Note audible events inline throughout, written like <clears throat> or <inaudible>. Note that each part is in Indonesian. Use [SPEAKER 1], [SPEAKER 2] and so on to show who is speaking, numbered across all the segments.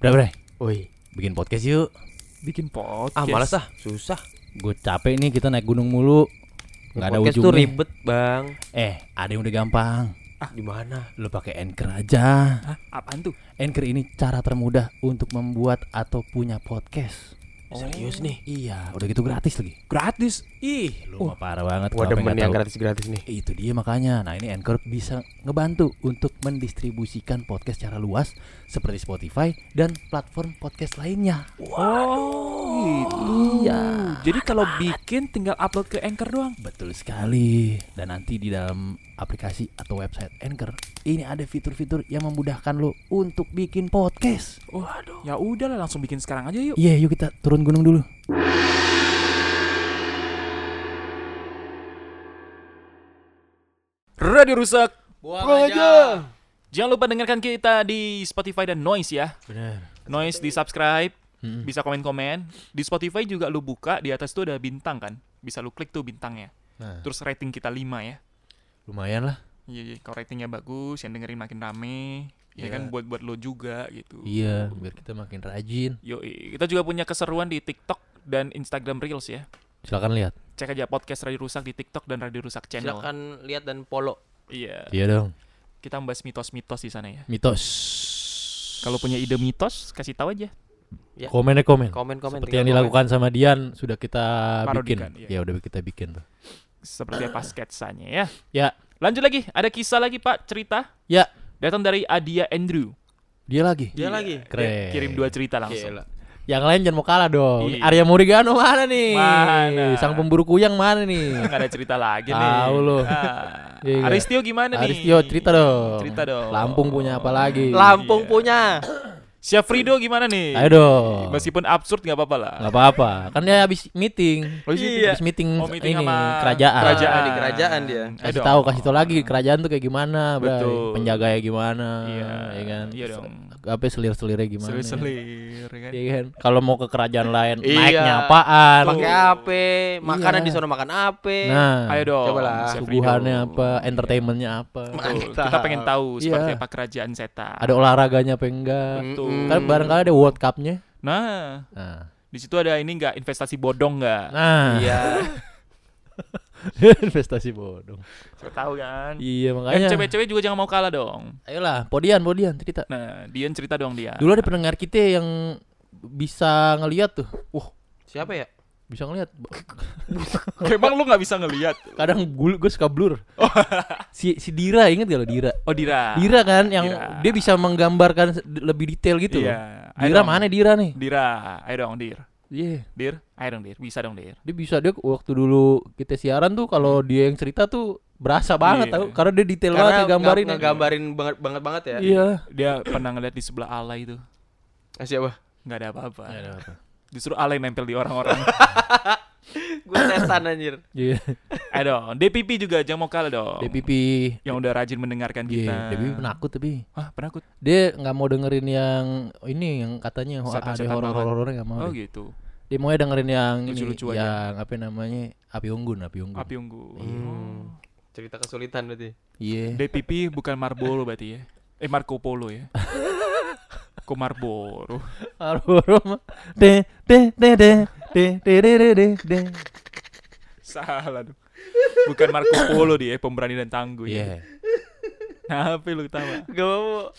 [SPEAKER 1] Udah bre,
[SPEAKER 2] Woi,
[SPEAKER 1] bikin podcast yuk
[SPEAKER 3] bikin podcast.
[SPEAKER 2] ah malas ah, susah.
[SPEAKER 1] Gue capek nih kita naik gunung mulu Gak ada
[SPEAKER 2] podcast tuh
[SPEAKER 1] ujungnya
[SPEAKER 2] ribet, Bang.
[SPEAKER 1] Eh ada yang udah gampang
[SPEAKER 3] Ah.
[SPEAKER 2] Gimana?
[SPEAKER 1] Lo pakai Anchor aja
[SPEAKER 3] Hah, apaan tuh?
[SPEAKER 1] Anchor ini cara termudah untuk membuat atau punya podcast
[SPEAKER 2] Serius nih.
[SPEAKER 1] Iya udah gitu gratis lagi
[SPEAKER 3] Oh. Gratis.
[SPEAKER 1] Eh,
[SPEAKER 2] Ih,
[SPEAKER 1] Lu mah parah banget
[SPEAKER 2] gua
[SPEAKER 1] kenapa
[SPEAKER 2] demen
[SPEAKER 1] nggak
[SPEAKER 2] yang
[SPEAKER 1] tahu.
[SPEAKER 2] gratis-gratis nih.
[SPEAKER 1] Itu dia makanya. Nah, ini Anchor bisa ngebantu untuk mendistribusikan podcast secara luas seperti Spotify dan platform podcast lainnya.
[SPEAKER 3] Oh, gitu.
[SPEAKER 1] Iya.
[SPEAKER 3] Jadi kalau bikin tinggal upload ke Anchor doang.
[SPEAKER 1] Betul sekali. Dan nanti di dalam aplikasi atau website Anchor, ini ada fitur-fitur yang memudahkan lo untuk bikin podcast.
[SPEAKER 3] Waduh. Ya udahlah langsung bikin sekarang aja yuk.
[SPEAKER 1] Iya, yuk kita turun gunung dulu.
[SPEAKER 3] Radio rusak.
[SPEAKER 2] Buang aja.
[SPEAKER 3] Jangan lupa dengarkan kita di Spotify dan Noise ya. Noise di subscribe, bisa komen-komen. Di Spotify juga lu buka di atas tuh ada bintang kan. Bisa lu klik tuh bintangnya.
[SPEAKER 4] Nah,
[SPEAKER 3] Terus rating kita 5 ya.
[SPEAKER 4] lumayan lah.
[SPEAKER 3] Iya, iya. kalau ratingnya bagus, yang dengerin makin rame. Ya
[SPEAKER 4] Iya.
[SPEAKER 3] kan buat buat lo juga gitu.
[SPEAKER 4] Iya, biar kita makin rajin.
[SPEAKER 3] Yo, kita juga punya keseruan di TikTok dan Instagram Reels ya.
[SPEAKER 4] Silakan lihat.
[SPEAKER 3] Cek aja podcast Radio Rusak di TikTok dan Radio Rusak channel.
[SPEAKER 2] Silakan lihat dan follow.
[SPEAKER 3] Iya.
[SPEAKER 4] Iya dong.
[SPEAKER 3] Kita membahas mitos-mitos di sana ya.
[SPEAKER 4] Mitos.
[SPEAKER 3] Kalau punya ide mitos, kasih tahu aja.
[SPEAKER 4] komen ya komen.
[SPEAKER 2] Komen-komen
[SPEAKER 4] Seperti
[SPEAKER 2] tinggal
[SPEAKER 4] yang dilakukan sama Dian sudah kita
[SPEAKER 3] Parodikan,
[SPEAKER 4] bikin. Ya
[SPEAKER 3] iya.
[SPEAKER 4] udah kita bikin tuh.
[SPEAKER 3] Seperti
[SPEAKER 4] <clears throat>
[SPEAKER 3] apa sketsanya ya.
[SPEAKER 4] Ya,
[SPEAKER 3] Lanjut lagi, ada kisah lagi Pak, cerita.
[SPEAKER 4] ya.
[SPEAKER 3] Datang dari Adia Andrew.
[SPEAKER 4] Dia lagi.
[SPEAKER 2] Dia Iya lagi.
[SPEAKER 4] Keren.
[SPEAKER 3] Kirim dua cerita langsung.
[SPEAKER 2] Gila.
[SPEAKER 4] Yang lain jangan mau kalah dong.
[SPEAKER 3] Iya.
[SPEAKER 4] Arya Morigano mana nih?
[SPEAKER 3] Mana?
[SPEAKER 4] Sang pemburu kuyang mana
[SPEAKER 3] <laughs>
[SPEAKER 4] nih?
[SPEAKER 3] Nggak ada cerita lagi nih.
[SPEAKER 4] Tahu lu.
[SPEAKER 3] Ah,
[SPEAKER 4] Iya, iya.
[SPEAKER 3] Aristio gimana nih?
[SPEAKER 4] Aristio cerita dong.
[SPEAKER 3] Cerita dong.
[SPEAKER 4] Lampung punya apa
[SPEAKER 3] Iya.
[SPEAKER 4] lagi?
[SPEAKER 2] Lampung punya.
[SPEAKER 3] Syafrido gimana nih?
[SPEAKER 4] Ayo dong.
[SPEAKER 3] Meskipun absurd nggak apa-apa lah.
[SPEAKER 4] Nggak apa-apa. Kan dia habis meeting.
[SPEAKER 3] Oh, habis meeting?
[SPEAKER 4] Habis meeting,
[SPEAKER 3] Oh, meeting
[SPEAKER 4] ini
[SPEAKER 3] sama
[SPEAKER 4] kerajaan.
[SPEAKER 2] kerajaan. Di dia.
[SPEAKER 3] Ayo
[SPEAKER 4] kasih
[SPEAKER 3] dong.
[SPEAKER 4] tahu kasih tahu lagi kerajaan tuh kayak gimana bray
[SPEAKER 3] Betul.
[SPEAKER 4] penjaganya gimana
[SPEAKER 3] Iya,
[SPEAKER 4] ya kan
[SPEAKER 3] iya dong.
[SPEAKER 4] apa selir selirnya gimana
[SPEAKER 3] Selir-selir kan.
[SPEAKER 4] ya kan kalau mau ke kerajaan lain
[SPEAKER 2] Iya.
[SPEAKER 4] naiknya apaan
[SPEAKER 2] Pakai apa? Makanan
[SPEAKER 4] Iya.
[SPEAKER 2] di sana makan apa?
[SPEAKER 4] nah
[SPEAKER 3] Ayo dong.
[SPEAKER 2] Coba lah.
[SPEAKER 3] Chef Rido.
[SPEAKER 4] suguhannya apa
[SPEAKER 3] Iya.
[SPEAKER 4] entertainmentnya apa
[SPEAKER 3] Betul,
[SPEAKER 2] Mantap.
[SPEAKER 3] Kita pengen tahu seperti
[SPEAKER 4] Iya.
[SPEAKER 3] apa kerajaan setan.
[SPEAKER 4] ada olahraganya apa enggak
[SPEAKER 3] Betul.
[SPEAKER 4] kan barangkali ada World Cup-nya
[SPEAKER 3] Nah,
[SPEAKER 4] nah
[SPEAKER 3] di situ ada ini nggak investasi bodong nggak?
[SPEAKER 4] nah
[SPEAKER 2] Iya.
[SPEAKER 4] <laughs> investasi bodong
[SPEAKER 3] Siapa tahu kan.
[SPEAKER 4] iya
[SPEAKER 3] Dan
[SPEAKER 4] makanya
[SPEAKER 3] cewek-cewek juga jangan mau kalah dong.
[SPEAKER 4] ayolah podian podian cerita
[SPEAKER 3] Nah, Dian cerita dong dia.
[SPEAKER 4] dulu ada pendengar kita yang bisa ngelihat tuh wah
[SPEAKER 2] Siapa ya?
[SPEAKER 4] bisa ngelihat
[SPEAKER 3] <laughs> Emang lu nggak bisa ngelihat?
[SPEAKER 4] kadang gue, gue suka
[SPEAKER 3] <laughs>
[SPEAKER 4] blur si si Dira inget gak lo Dira
[SPEAKER 3] Oh Dira.
[SPEAKER 4] Dira kan yang
[SPEAKER 3] Dira.
[SPEAKER 4] dia bisa menggambarkan se- lebih detail gitu
[SPEAKER 3] Iya.
[SPEAKER 4] loh
[SPEAKER 3] Ayo
[SPEAKER 4] Dira
[SPEAKER 3] dong.
[SPEAKER 4] mana Dira nih
[SPEAKER 3] Dira, ayo dong Dir.
[SPEAKER 4] iya
[SPEAKER 3] Dir, ayo dong Dir. Bisa dong Dir.
[SPEAKER 4] dia bisa dia waktu dulu kita siaran tuh kalau dia yang cerita tuh berasa banget
[SPEAKER 3] Iya.
[SPEAKER 4] tau karena dia detail banget
[SPEAKER 2] Karena
[SPEAKER 4] ngegambarin
[SPEAKER 2] nggak- ngegambarin banget banget banget ya.
[SPEAKER 4] iya
[SPEAKER 3] Dia pernah ngeliat di sebelah alay itu.
[SPEAKER 2] Ah, Siapa?
[SPEAKER 3] Nggak ada apa-apa. Disuruh alay nempel di
[SPEAKER 4] <laughs>
[SPEAKER 3] orang-orang.
[SPEAKER 2] Gue setan anjir.
[SPEAKER 4] iya
[SPEAKER 3] ayo dong. DPP juga jangan mau kalah dong.
[SPEAKER 4] DPP
[SPEAKER 3] Yang udah rajin mendengarkan Oh. kita.
[SPEAKER 4] iya DPP penakut tapi
[SPEAKER 3] Hah, penakut.
[SPEAKER 4] dia nggak mau dengerin yang ini yang katanya ho- ada
[SPEAKER 3] Setan-setan banget.
[SPEAKER 4] horor-horor nggak mau
[SPEAKER 3] Oh
[SPEAKER 4] dia.
[SPEAKER 3] gitu.
[SPEAKER 4] dia mau dengerin yang ini
[SPEAKER 3] Lucu-lucu aja.
[SPEAKER 4] yang apa namanya api unggun api unggun
[SPEAKER 3] Api unggun.
[SPEAKER 2] Hmm. Cerita kesulitan berarti.
[SPEAKER 4] iya
[SPEAKER 3] DPP bukan Marlboro berarti ya. Eh Marco Polo
[SPEAKER 4] <laughs>
[SPEAKER 3] ya. Kok Marlboro?
[SPEAKER 4] Marlboro mah de de de de de de de de de de.
[SPEAKER 3] Salah dong. Bukan Marco Polo dia, pemberani dan tangguh. Ya.
[SPEAKER 4] Iya.
[SPEAKER 3] Kenapa lu ketawa?
[SPEAKER 2] Gak mau.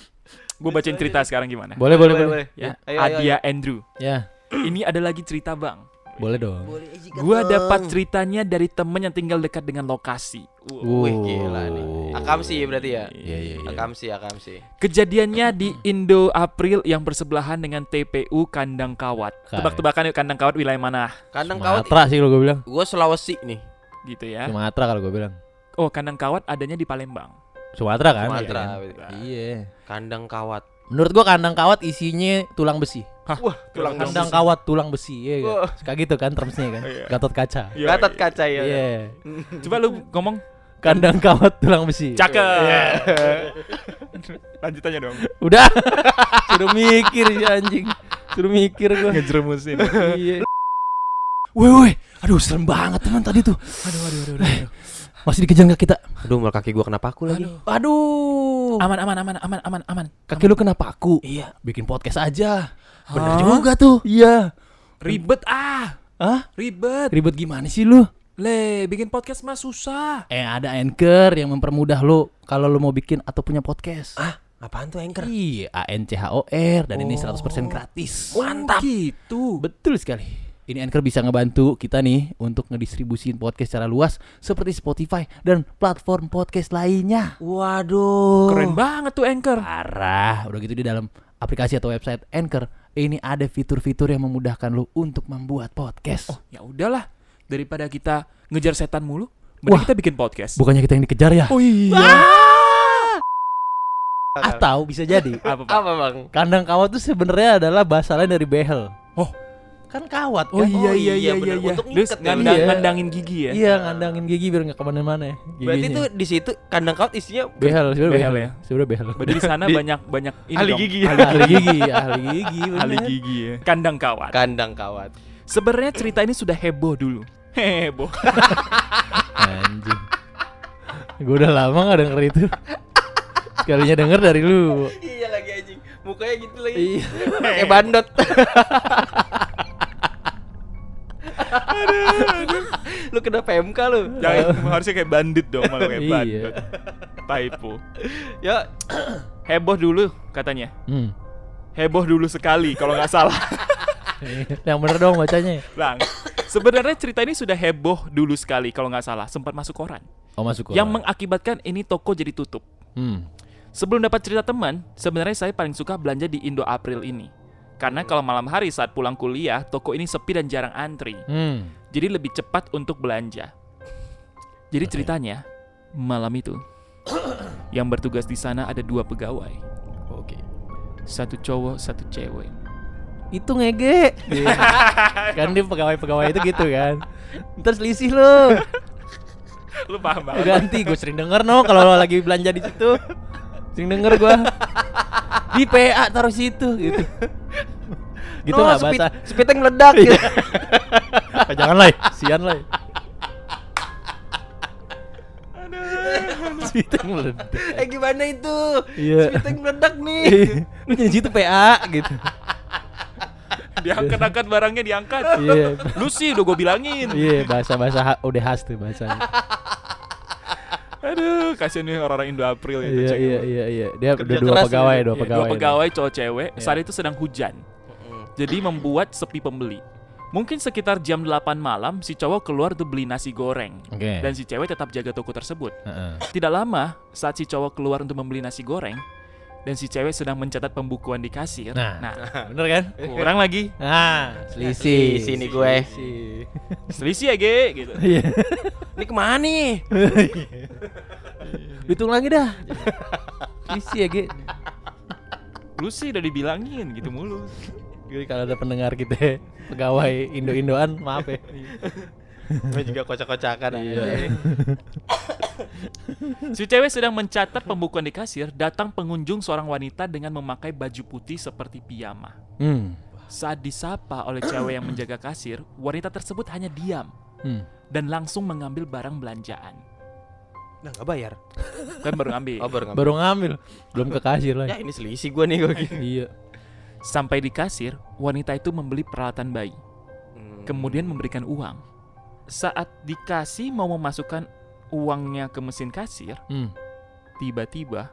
[SPEAKER 3] Gue bacain cerita sekarang gimana?
[SPEAKER 4] Boleh boleh boleh.
[SPEAKER 3] Ya,
[SPEAKER 2] Ayo, ayo,
[SPEAKER 3] Adia Andrew.
[SPEAKER 4] Ya,
[SPEAKER 3] Ini ada lagi cerita, Bang.
[SPEAKER 4] boleh dong.
[SPEAKER 3] Gua dapat ceritanya dari temen yang tinggal dekat dengan lokasi.
[SPEAKER 2] Wih gila nih. Akamsi berarti ya.
[SPEAKER 4] Iya iya iya.
[SPEAKER 2] Akamsi, akamsi.
[SPEAKER 3] Kejadiannya di Indo April yang bersebelahan dengan TPU Kandang Kawat.
[SPEAKER 4] Kayak.
[SPEAKER 3] Tebak-tebakan yuk Kandang Kawat wilayah mana?
[SPEAKER 2] Kandang kawat.
[SPEAKER 4] Sumatera sih kalau gue bilang.
[SPEAKER 2] Gue Sulawesi nih.
[SPEAKER 3] Gitu ya.
[SPEAKER 4] Sumatera kalau gue bilang.
[SPEAKER 3] Oh, kandang kawat adanya di Palembang.
[SPEAKER 4] Sumatera kan?
[SPEAKER 2] Sumatera.
[SPEAKER 4] iya kan? Iya.
[SPEAKER 2] Kandang kawat.
[SPEAKER 4] Menurut gua kandang kawat isinya tulang besi.
[SPEAKER 2] Wah, tulang
[SPEAKER 3] Tulang
[SPEAKER 4] Kandang
[SPEAKER 2] kandang.
[SPEAKER 4] kawat tulang besi, iya
[SPEAKER 2] Oh.
[SPEAKER 4] kan? Kayak gitu kan termsnya kan? Gatot kaca.
[SPEAKER 2] Gatot kaca ya. <laughs>
[SPEAKER 4] Iya.
[SPEAKER 3] Coba lu ngomong.
[SPEAKER 4] Kandang kawat tulang besi.
[SPEAKER 2] Iya.
[SPEAKER 3] Cakep. Lanjutannya dong.
[SPEAKER 4] Udah. <laughs> Suruh mikir si anjing. Suruh mikir gua.
[SPEAKER 3] Ngejerumusin.
[SPEAKER 4] Iya. Woi woi, aduh serem banget teman tadi tuh.
[SPEAKER 3] Aduh, aduh, aduh, aduh.
[SPEAKER 4] Masih dikejar nggak kita?
[SPEAKER 2] <laughs> Aduh, malah kaki gua kenapa aku lagi?
[SPEAKER 4] Aduh.
[SPEAKER 3] Aman aman aman aman aman aman.
[SPEAKER 4] Oh. Kaki lu kenapa aku? Iya. Ah. Bikin podcast aja. Bener juga tuh. Iya.
[SPEAKER 3] Ribet ah,
[SPEAKER 4] Hah?
[SPEAKER 3] ribet.
[SPEAKER 4] Ribet gimana sih lu?
[SPEAKER 3] Le, bikin podcast mah susah.
[SPEAKER 4] Eh ada Anchor yang mempermudah lu kalau lu mau bikin atau punya podcast.
[SPEAKER 2] Ah, apaan tuh anchor?
[SPEAKER 4] Iya, A N C H O R dan ini 100% gratis.
[SPEAKER 3] Mantap. Oh, gitu.
[SPEAKER 4] Betul sekali. Ini Anchor bisa ngebantu kita nih untuk ngedistribusin podcast secara luas seperti Spotify dan platform podcast lainnya.
[SPEAKER 2] Waduh.
[SPEAKER 3] Keren banget tuh Anchor.
[SPEAKER 4] Parah, udah gitu di dalam aplikasi atau website Anchor ini ada fitur-fitur yang memudahkan lu untuk membuat podcast.
[SPEAKER 3] Oh, ya udahlah. Daripada kita ngejar setan mulu,
[SPEAKER 4] Wah.
[SPEAKER 3] mending kita bikin podcast.
[SPEAKER 4] Bukannya kita yang dikejar ya?
[SPEAKER 3] Oh iya.
[SPEAKER 4] Atau bisa jadi
[SPEAKER 3] Apa, Pak?
[SPEAKER 2] Ah! Apa, Bang?
[SPEAKER 4] kandang kawat itu sebenarnya adalah bahasa lain dari behel.
[SPEAKER 3] Oh.
[SPEAKER 4] kan kawat
[SPEAKER 3] Oh
[SPEAKER 4] kan?
[SPEAKER 2] Oh
[SPEAKER 3] iya iya
[SPEAKER 2] iya,
[SPEAKER 3] iya iya.
[SPEAKER 2] bener.
[SPEAKER 3] iya.
[SPEAKER 2] Untuk
[SPEAKER 3] Terus
[SPEAKER 2] ngikat ya.
[SPEAKER 3] ngandang,
[SPEAKER 4] Iya.
[SPEAKER 3] ngandangin gigi ya.
[SPEAKER 4] Iya, ngandangin gigi biar nggak kemana-mana. ya,
[SPEAKER 2] Berarti
[SPEAKER 4] giginya.
[SPEAKER 2] tuh di situ kandang kaut isinya
[SPEAKER 4] behel, sebenarnya
[SPEAKER 3] Behel
[SPEAKER 4] behel,
[SPEAKER 3] ya?
[SPEAKER 4] Sebenarnya behel.
[SPEAKER 3] Berarti di sana
[SPEAKER 2] Di-
[SPEAKER 3] banyak banyak ini
[SPEAKER 2] ahli
[SPEAKER 3] dong,
[SPEAKER 2] gigi ya.
[SPEAKER 4] <laughs> ahli gigi, ahli gigi, bener.
[SPEAKER 3] <laughs> ahli gigi ya. Kandang kawat.
[SPEAKER 2] kandang kawat.
[SPEAKER 3] Sebenarnya cerita ini sudah heboh dulu. Heboh.
[SPEAKER 4] Anjing. Gue udah lama gak denger itu. Sekalinya denger dari lu.
[SPEAKER 2] Iya lagi anjing. Mukanya gitu lagi. <laughs>
[SPEAKER 4] Iya.
[SPEAKER 2] Kayak bandot. lu kena PMK lu.
[SPEAKER 3] <laughs> Jangan harusnya kayak bandit dong, malah kayak
[SPEAKER 4] Iya.
[SPEAKER 3] bandit. Typo.
[SPEAKER 2] Ya,
[SPEAKER 3] Heboh dulu katanya.
[SPEAKER 4] Hmm.
[SPEAKER 3] Heboh dulu sekali kalau nggak salah. <laughs>
[SPEAKER 4] Yang bener dong bacanya.
[SPEAKER 3] Lang. Sebenarnya cerita ini sudah heboh dulu sekali kalau nggak salah, sempat masuk koran.
[SPEAKER 4] Oh masuk
[SPEAKER 3] Yang mengakibatkan ini toko jadi tutup.
[SPEAKER 4] Hmm.
[SPEAKER 3] Sebelum dapat cerita teman, sebenarnya saya paling suka belanja di Indo April ini. Karena kalau malam hari saat pulang kuliah, toko ini sepi dan jarang antri.
[SPEAKER 4] Hmm.
[SPEAKER 3] Jadi lebih cepat untuk belanja. Jadi ceritanya, malam itu yang bertugas di sana ada dua pegawai.
[SPEAKER 4] Oke.
[SPEAKER 3] Satu cowok, satu cewek.
[SPEAKER 4] Itu
[SPEAKER 3] <laughs>
[SPEAKER 4] ngege. kan dia pegawai-pegawai itu gitu kan. Ntar selisih lu.
[SPEAKER 3] Lu paham
[SPEAKER 4] Gua ganti gue sering denger no kalau lo lagi belanja di situ sering denger gua di PA taruh situ gitu gitu
[SPEAKER 2] no,
[SPEAKER 4] nggak
[SPEAKER 2] speed- <laughs>
[SPEAKER 4] bahasa
[SPEAKER 2] Speednya meledak gitu.
[SPEAKER 4] Ah, jangan lah sian lah situ meledak
[SPEAKER 2] <laughs> eh gimana itu?
[SPEAKER 4] Iya.
[SPEAKER 2] Speednya meledak nih.
[SPEAKER 4] Ih, lu nyanyi situ PA gitu
[SPEAKER 3] Diangkat-angkat barangnya diangkat.
[SPEAKER 4] iya
[SPEAKER 3] Lu sih udah gue bilangin.
[SPEAKER 4] iya bahasa bahasa udah khas tuh bahasanya
[SPEAKER 3] Aduh, kasihan nih orang-orang Indo April itu.
[SPEAKER 4] iya
[SPEAKER 3] cek.
[SPEAKER 4] iya iya iya dia
[SPEAKER 2] Kerja
[SPEAKER 4] udah dua
[SPEAKER 2] keras
[SPEAKER 4] pegawai
[SPEAKER 2] ya.
[SPEAKER 4] dua pegawai
[SPEAKER 2] Iya,
[SPEAKER 3] gitu.
[SPEAKER 4] Iya.
[SPEAKER 3] Dua
[SPEAKER 4] nih.
[SPEAKER 3] pegawai cowok cewek, saat itu sedang hujan.
[SPEAKER 2] Mm-mm.
[SPEAKER 3] Jadi membuat sepi pembeli. Mungkin sekitar jam 8 malam si cowok keluar tuh beli nasi goreng.
[SPEAKER 4] oke
[SPEAKER 3] Dan si cewek tetap jaga toko tersebut.
[SPEAKER 4] Heeh.
[SPEAKER 3] Tidak lama saat si cowok keluar untuk membeli nasi goreng dan si cewek sedang mencatat pembukuan di kasir.
[SPEAKER 4] Nah.
[SPEAKER 3] <laughs>
[SPEAKER 4] bener kan
[SPEAKER 3] kurang lagi.
[SPEAKER 4] ah selisih
[SPEAKER 2] Selisih nih gue.
[SPEAKER 4] Selisih.
[SPEAKER 3] Selisih ya, Ge, gitu.
[SPEAKER 4] Iya.
[SPEAKER 2] Ini kemana nih?
[SPEAKER 4] Hitung lagi dah. <laughs> Isi ya, Ge.
[SPEAKER 3] Lu sih udah dibilangin gitu mulu.
[SPEAKER 4] Jadi kalau ada pendengar kita pegawai Indo-Indoan, maaf ya.
[SPEAKER 2] Gue juga kocak-kocakan
[SPEAKER 4] Iya.
[SPEAKER 3] Si cewek sedang mencatat pembukuan di kasir, datang pengunjung seorang wanita dengan memakai baju putih seperti piyama.
[SPEAKER 4] Hmm.
[SPEAKER 3] Saat disapa oleh cewek yang menjaga kasir, wanita tersebut hanya diam
[SPEAKER 4] Hmm.
[SPEAKER 3] dan langsung mengambil barang belanjaan.
[SPEAKER 2] Nah, nggak bayar.
[SPEAKER 3] Kan baru
[SPEAKER 2] Oh,
[SPEAKER 3] ngambil.
[SPEAKER 2] baru Hmm. ngambil.
[SPEAKER 4] Baru ngambil, belum ke kasir <laughs>
[SPEAKER 2] Ya,
[SPEAKER 4] lagi.
[SPEAKER 2] ini selisih gue nih gitu. gue gini.
[SPEAKER 4] Iya.
[SPEAKER 3] Sampai di kasir, wanita itu membeli peralatan bayi, kemudian memberikan uang. Saat dikasih mau memasukkan uangnya ke mesin kasir,
[SPEAKER 4] Hmm.
[SPEAKER 3] tiba-tiba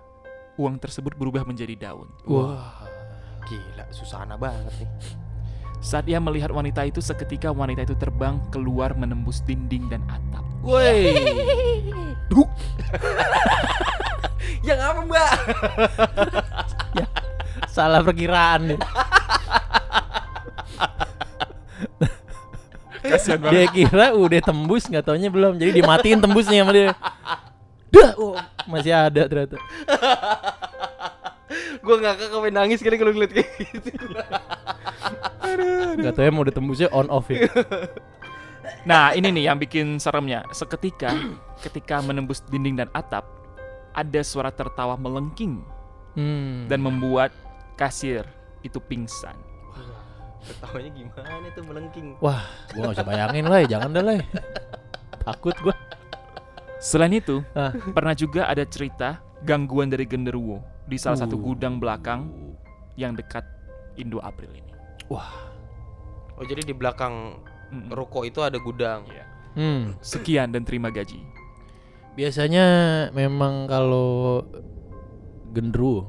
[SPEAKER 3] uang tersebut berubah menjadi daun.
[SPEAKER 4] Wah.
[SPEAKER 2] gila, susana banget nih.
[SPEAKER 3] Saat ia melihat wanita itu, seketika wanita itu terbang keluar menembus dinding dan
[SPEAKER 2] <laughs>
[SPEAKER 3] atap.
[SPEAKER 2] Woi. Duk. Yang apa, Ya, Mbak?
[SPEAKER 4] Salah perkiraan nih.
[SPEAKER 3] Kasihan
[SPEAKER 4] Dia kira udah tembus, nggak taunya belum. Jadi dimatiin tembusnya sama dia. Dah, oh, masih ada ternyata.
[SPEAKER 2] Gue ngakak sampai nangis kali kalau ngeliat kayak gitu. <laughs>
[SPEAKER 4] Nggak taunya mau ditembusnya on off ya.
[SPEAKER 3] Nah, ini nih yang bikin seremnya. Seketika, ketika menembus dinding dan atap, ada suara tertawa melengking
[SPEAKER 4] Hmm.
[SPEAKER 3] dan membuat kasir itu pingsan.
[SPEAKER 2] Ketawanya gimana tuh melengking?
[SPEAKER 4] Wah, gua nggak bisa bayangin lah, jangan deh lah. Takut gua.
[SPEAKER 3] Selain itu,
[SPEAKER 4] Ah.
[SPEAKER 3] pernah juga ada cerita gangguan dari genderuwo di salah satu gudang belakang yang dekat Indo April ini.
[SPEAKER 2] Oh jadi di belakang
[SPEAKER 3] Mm-mm.
[SPEAKER 2] ruko itu ada gudang.
[SPEAKER 3] Iya.
[SPEAKER 4] Hmm.
[SPEAKER 3] Sekian dan terima gaji.
[SPEAKER 4] Biasanya memang kalau gendru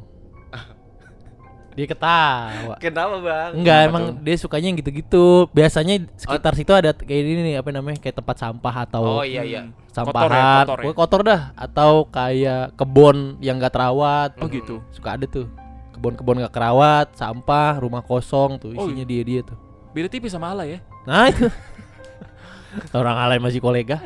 [SPEAKER 4] dia ketawa.
[SPEAKER 2] Kenapa bang?
[SPEAKER 4] Enggak,
[SPEAKER 3] Kenapa
[SPEAKER 4] emang
[SPEAKER 3] tuh? Oh.
[SPEAKER 4] dia sukanya yang gitu-gitu. Biasanya sekitar situ ada kayak ini nih, apa namanya? Kayak tempat sampah atau
[SPEAKER 2] Oh iya iya.
[SPEAKER 3] Hmm. Kotor ya,
[SPEAKER 4] sampahan.
[SPEAKER 3] kotor ya.
[SPEAKER 4] Pokoknya kotor dah atau kayak kebun yang gak terawat.
[SPEAKER 3] Oh gitu.
[SPEAKER 4] Suka ada tuh. Kebun-kebun gak kerawat, sampah, rumah kosong tuh
[SPEAKER 3] Oh,
[SPEAKER 4] isinya dia-dia tuh.
[SPEAKER 3] Beda tipis
[SPEAKER 4] <laughs>
[SPEAKER 3] sama Ala ya.
[SPEAKER 4] Nah, itu. Orang alay masih kolega.